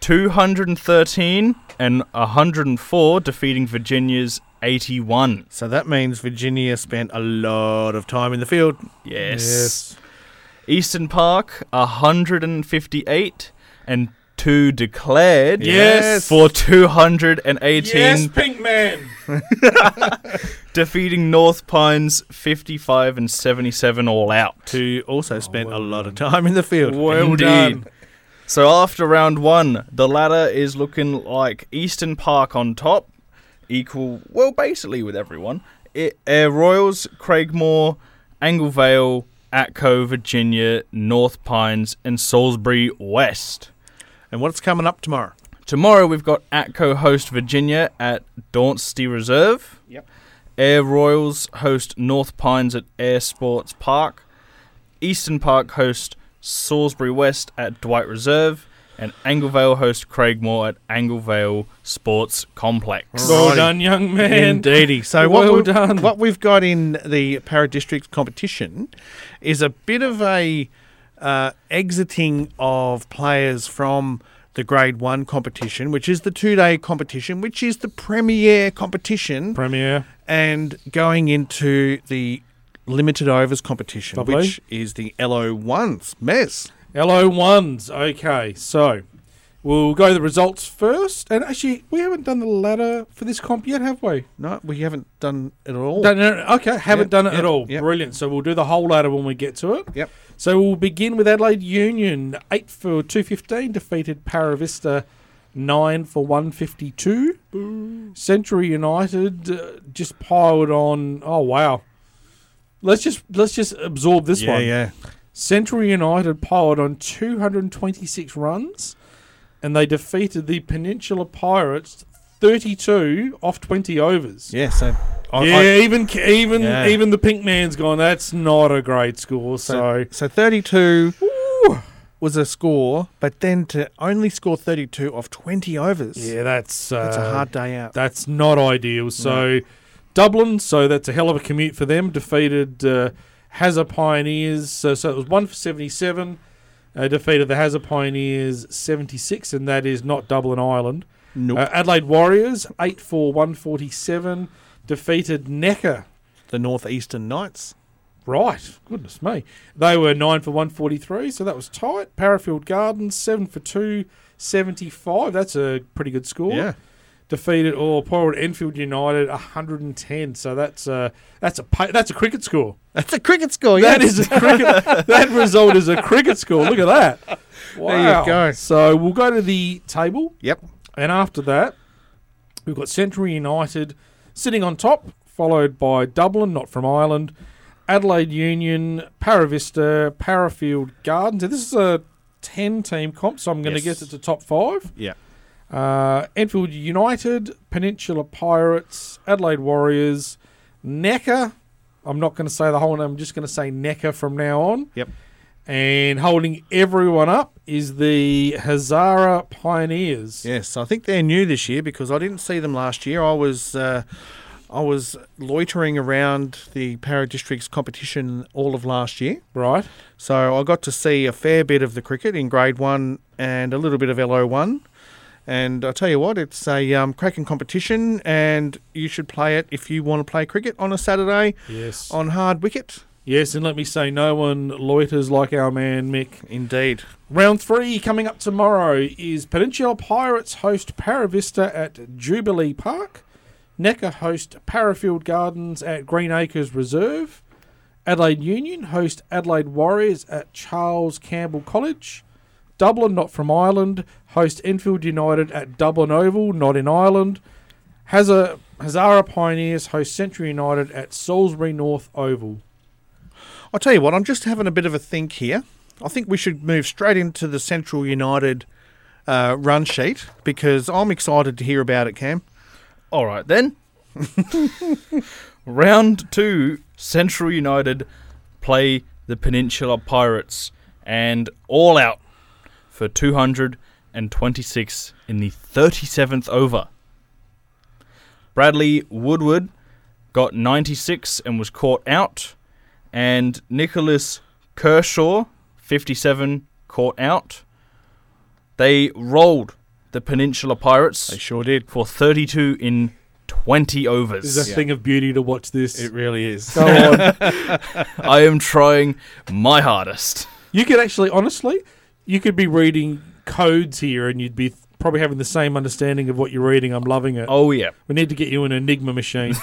Speaker 4: 213 and 104 defeating Virginia's 81.
Speaker 2: So that means Virginia spent a lot of time in the field.
Speaker 4: Yes. Eastern Park 158 and two declared.
Speaker 3: Yes.
Speaker 4: For 218,
Speaker 3: Pink Man.
Speaker 4: defeating North Pines 55 and 77 all out.
Speaker 2: who also spent a lot of time in the field.
Speaker 3: Well
Speaker 4: Indeed.
Speaker 3: done.
Speaker 4: So after round one, the ladder is looking like Eastern Park on top, equal, well, basically with everyone. It, Air Royals, Craigmore, Anglevale, Atco, Virginia, North Pines, and Salisbury West.
Speaker 2: And what's coming up tomorrow?
Speaker 4: Tomorrow we've got Atco host Virginia at Dauncey Reserve.
Speaker 2: Yep.
Speaker 4: Air Royals host North Pines at Air Sports Park. Eastern Park host Salisbury West at Dwight Reserve. And Anglevale host Craigmore at Anglevale Sports Complex.
Speaker 3: Well
Speaker 2: Alrighty.
Speaker 3: done, young man.
Speaker 2: Indeedy. So what
Speaker 3: Well
Speaker 2: we've,
Speaker 3: done.
Speaker 2: what we've got in the para district competition is a bit of a uh, exiting of players from the grade one competition, which is the two day competition, which is the premier competition,
Speaker 3: Premier.
Speaker 2: and going into the limited overs competition,
Speaker 3: Lovely.
Speaker 2: which is the LO ones mess.
Speaker 3: LO ones. Okay, so we'll go the results first. And actually, we haven't done the ladder for this comp yet, have we?
Speaker 2: No, we haven't done it at all.
Speaker 3: Done it- okay, haven't
Speaker 2: Yep,
Speaker 3: done it
Speaker 2: yep,
Speaker 3: at all.
Speaker 2: yep.
Speaker 3: Brilliant. So we'll do the whole ladder when we get to it.
Speaker 2: Yep.
Speaker 3: So we'll begin with Adelaide Union. Eight for two fifteen defeated Para Vista. Nine for one fifty two. Century United uh, just piled on. Oh wow. Let's just let's just absorb this
Speaker 2: yeah,
Speaker 3: one.
Speaker 2: yeah.
Speaker 3: Century United piled on 226 runs, and they defeated the Peninsula Pirates 32 off 20 overs.
Speaker 2: Yeah, so I-
Speaker 3: yeah,
Speaker 2: I-
Speaker 3: even even
Speaker 2: Yeah.
Speaker 3: even the pink man's gone. That's not a great score. So,
Speaker 2: so 32 was a score, but then to only score 32 off 20 overs,
Speaker 3: yeah, that's uh,
Speaker 2: that's a hard day out.
Speaker 3: That's not ideal. So, Dublin. So that's a hell of a commute for them. Defeated uh, Hazza Pioneers. So, so it was one for 77. Uh, defeated the Hazza Pioneers 76, and that is not Dublin Island.
Speaker 2: Nope.
Speaker 3: Uh, Adelaide Warriors, 8 4 147, defeated Necker.
Speaker 2: the Northeastern Knights.
Speaker 3: Right, goodness me. They were 9 for 143, so that was tight. Parafield Gardens, 7 for 275. That's a pretty good score. Defeated or poor old Enfield United 110. So that's a that's a pa- that's a cricket score.
Speaker 2: That's a cricket score, yeah.
Speaker 3: That is a cricket. that result is a cricket score. Look at that. Wow.
Speaker 2: There you go.
Speaker 3: So we'll go to the table.
Speaker 2: Yep.
Speaker 3: And after that, we've got Century United sitting on top, followed by Dublin, not from Ireland, Adelaide Union, Paravista, Parafield Gardens. Now, This is a 10 team comp, so I'm going to
Speaker 2: Yes.
Speaker 3: guess it's a top five.
Speaker 2: Yeah.
Speaker 3: Uh, Enfield United, Peninsula Pirates, Adelaide Warriors, Necker. I'm not going to say the whole name, I'm just going to say Necker from now on.
Speaker 2: Yep.
Speaker 3: And holding everyone up is the Hazara Pioneers.
Speaker 2: Yes, I think they're new this year because I didn't see them last year. I was uh, I was loitering around the para districts competition all of last year.
Speaker 3: Right.
Speaker 2: So I got to see a fair bit of the cricket in grade one and a little bit of LO1. And I tell you what, it's a um, cracking competition, and you should play it if you want to play cricket on a Saturday
Speaker 3: Yes.
Speaker 2: on hard wicket.
Speaker 3: Yes, and let me say, no one loiters like our man Mick.
Speaker 2: Indeed.
Speaker 3: Round three coming up tomorrow is Peninsula Pirates host Paravista at Jubilee Park. Necker host Parafield Gardens at Green Acres Reserve. Adelaide Union host Adelaide Warriors at Charles Campbell College. Dublin, not from Ireland, host Enfield United at Dublin Oval, not in Ireland. Hazza, Hazara Pioneers host Century United at Salisbury North Oval.
Speaker 2: I'll tell you what, I'm just having a bit of a think here. I think we should move straight into the Central United uh, run sheet because I'm excited to hear about it, Cam.
Speaker 4: All right then. Round two, Central United play the Peninsula Pirates and all out for 226 in the 37th over. Bradley Woodward got 96 and was caught out, and Nicholas Kershaw, 57, caught out. They rolled the Peninsula Pirates
Speaker 2: sure did.
Speaker 4: for 32 in 20
Speaker 3: It's a
Speaker 4: overs.
Speaker 3: thing of beauty to watch this.
Speaker 2: It really is.
Speaker 3: Go on.
Speaker 4: I am trying my hardest.
Speaker 3: You could actually, honestly, you could be reading codes here, and you'd be th- probably having the same understanding of what you're reading. I'm loving it.
Speaker 4: Oh yeah.
Speaker 3: We need to get you an Enigma machine.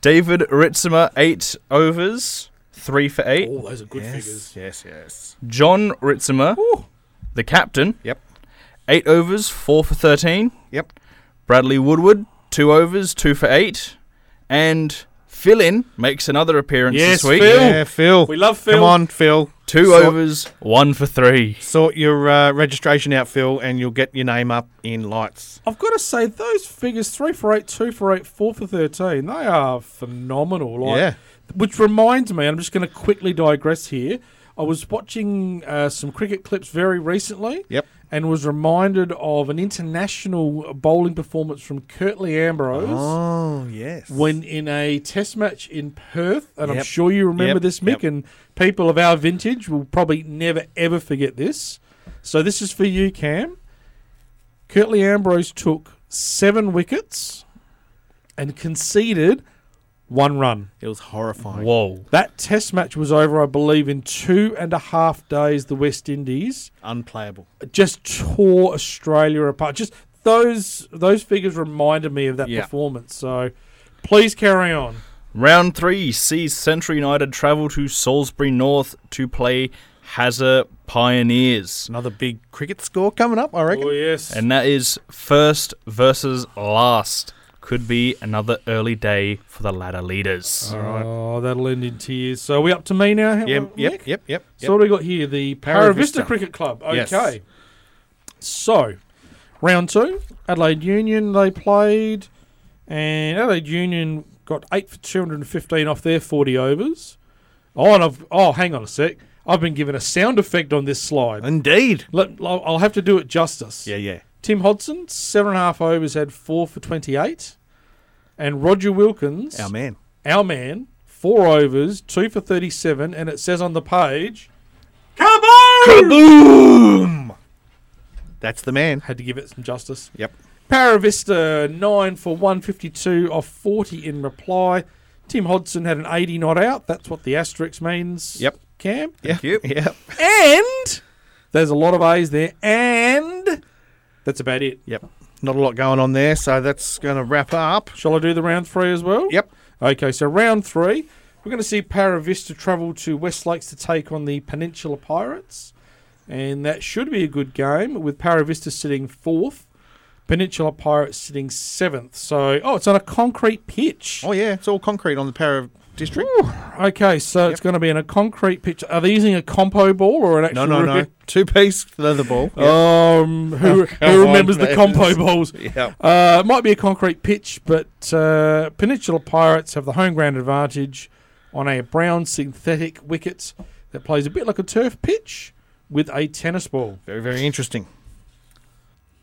Speaker 4: David Ritzema, eight overs, three for eight.
Speaker 3: oh, those are good
Speaker 2: yes,
Speaker 3: figures.
Speaker 2: Yes, yes.
Speaker 4: John Ritzema, the captain.
Speaker 2: Yep.
Speaker 4: Eight overs, four for 13.
Speaker 2: Yep.
Speaker 4: Bradley Woodward, two overs, two for eight. And Phil in makes another appearance
Speaker 3: Yes,
Speaker 4: this week.
Speaker 3: Phil.
Speaker 2: Yeah, Phil.
Speaker 3: We love Phil.
Speaker 2: Come on, Phil.
Speaker 4: Two
Speaker 2: Sort-
Speaker 4: overs, one for three.
Speaker 2: Sort your uh, registration out, Phil, and you'll get your name up in lights.
Speaker 3: I've got to say, those figures three for eight, two for eight, four for thirteen, they are phenomenal. Like,
Speaker 2: yeah.
Speaker 3: Which reminds me, I'm just going to quickly digress here. I was watching uh, some cricket clips very recently.
Speaker 2: Yep.
Speaker 3: And was reminded of an international bowling performance from Curtly Ambrose
Speaker 2: Oh, yes.
Speaker 3: when in a test match in Perth, and I'm
Speaker 2: Yep.
Speaker 3: sure you remember
Speaker 2: Yep.
Speaker 3: this, Mick,
Speaker 2: Yep.
Speaker 3: and people of our vintage will probably never ever forget this. So this is for you, Cam. Curtly Ambrose took seven wickets and conceded one run.
Speaker 2: it was horrifying.
Speaker 4: Whoa.
Speaker 3: That test match was over, I believe, in two and a half days. The West Indies
Speaker 2: Unplayable.
Speaker 3: just tore Australia apart. Just those those figures reminded me of that
Speaker 4: Yeah.
Speaker 3: performance. So please carry on.
Speaker 4: Round three sees Century United travel to Salisbury North to play Hazza Pioneers.
Speaker 2: Another big cricket score coming up, I reckon.
Speaker 3: Oh yes.
Speaker 4: And that is first versus last. Could be another early day for the ladder leaders.
Speaker 3: Oh, that'll end in tears. So are we up to me now? Hel-
Speaker 2: Yep, yep,
Speaker 3: Nick?
Speaker 2: yep, yep, yep.
Speaker 3: So what do we got here? The
Speaker 2: Paravista.
Speaker 3: Paravista Cricket Club. Okay.
Speaker 2: Yes.
Speaker 3: So round two, Adelaide Union they played, and Adelaide Union got eight for two hundred and fifteen off their forty overs. Oh, and I've oh, hang on a sec. I've been given a sound effect on this slide.
Speaker 2: Indeed.
Speaker 3: Let, I'll I'll have to do it justice.
Speaker 2: Yeah, yeah.
Speaker 3: Tim Hodson, seven and a half overs, had four for twenty-eight, and Roger Wilkins,
Speaker 2: Our man.
Speaker 3: our man, four overs, two for 37, and it says on the page,
Speaker 2: Kaboom! That's the man.
Speaker 3: had to give it some justice.
Speaker 2: Yep.
Speaker 3: Paravista, nine for 152 off 40 in reply. Tim Hodson had an 80 not out. That's what the asterisk means.
Speaker 2: Yep.
Speaker 3: Cam.
Speaker 2: Yep. Yep.
Speaker 3: And there's a lot of A's there. And that's about it.
Speaker 2: Yep. Not a lot going on there, so that's going to wrap up.
Speaker 3: Shall I do the round three as well?
Speaker 2: Yep.
Speaker 3: Okay, so round three, we're going to see Paravista travel to West Lakes to take on the Peninsula Pirates. And that should be a good game with Paravista sitting fourth, Peninsula Pirates sitting seventh. So, oh, it's on a concrete pitch.
Speaker 2: Oh, yeah. It's all concrete on the Para District.
Speaker 3: Okay, so it's going to be on a concrete pitch. Are they using a compo ball or an
Speaker 2: No,
Speaker 3: actual?
Speaker 2: no, no. Two piece leather ball.
Speaker 3: Um, who,
Speaker 2: come
Speaker 3: who remembers
Speaker 2: on,
Speaker 3: the
Speaker 2: mate.
Speaker 3: compo balls?
Speaker 2: Oh, Yeah.
Speaker 3: Uh, it might be a concrete pitch, but uh, Peninsula Pirates have the home ground advantage on a brown synthetic wicket that plays a bit like a turf pitch with a tennis ball.
Speaker 2: Very, very interesting.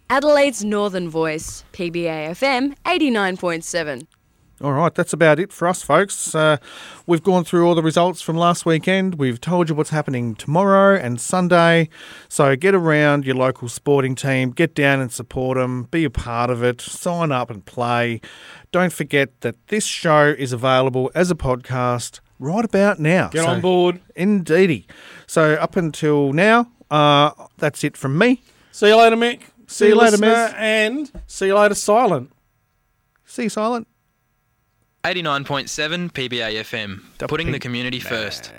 Speaker 7: Adelaide's Northern Voice, PBA FM 89.7.
Speaker 2: All right, that's about it for us, folks. Uh, we've gone through all the results from last weekend. We've told you what's happening tomorrow and Sunday. So get around your local sporting team, get down and support them, be a part of it, sign up and play. Don't forget that this show is available as a podcast right about now.
Speaker 3: Get
Speaker 2: So-
Speaker 3: on board.
Speaker 2: Indeedy. So up until now, uh, that's it from me.
Speaker 3: See you later, Mick. See,
Speaker 2: you later,
Speaker 3: listener,
Speaker 2: Miz.
Speaker 3: And see you later, Silent.
Speaker 2: See you, Silent.
Speaker 8: 89.7 PBA FM, putting the community first.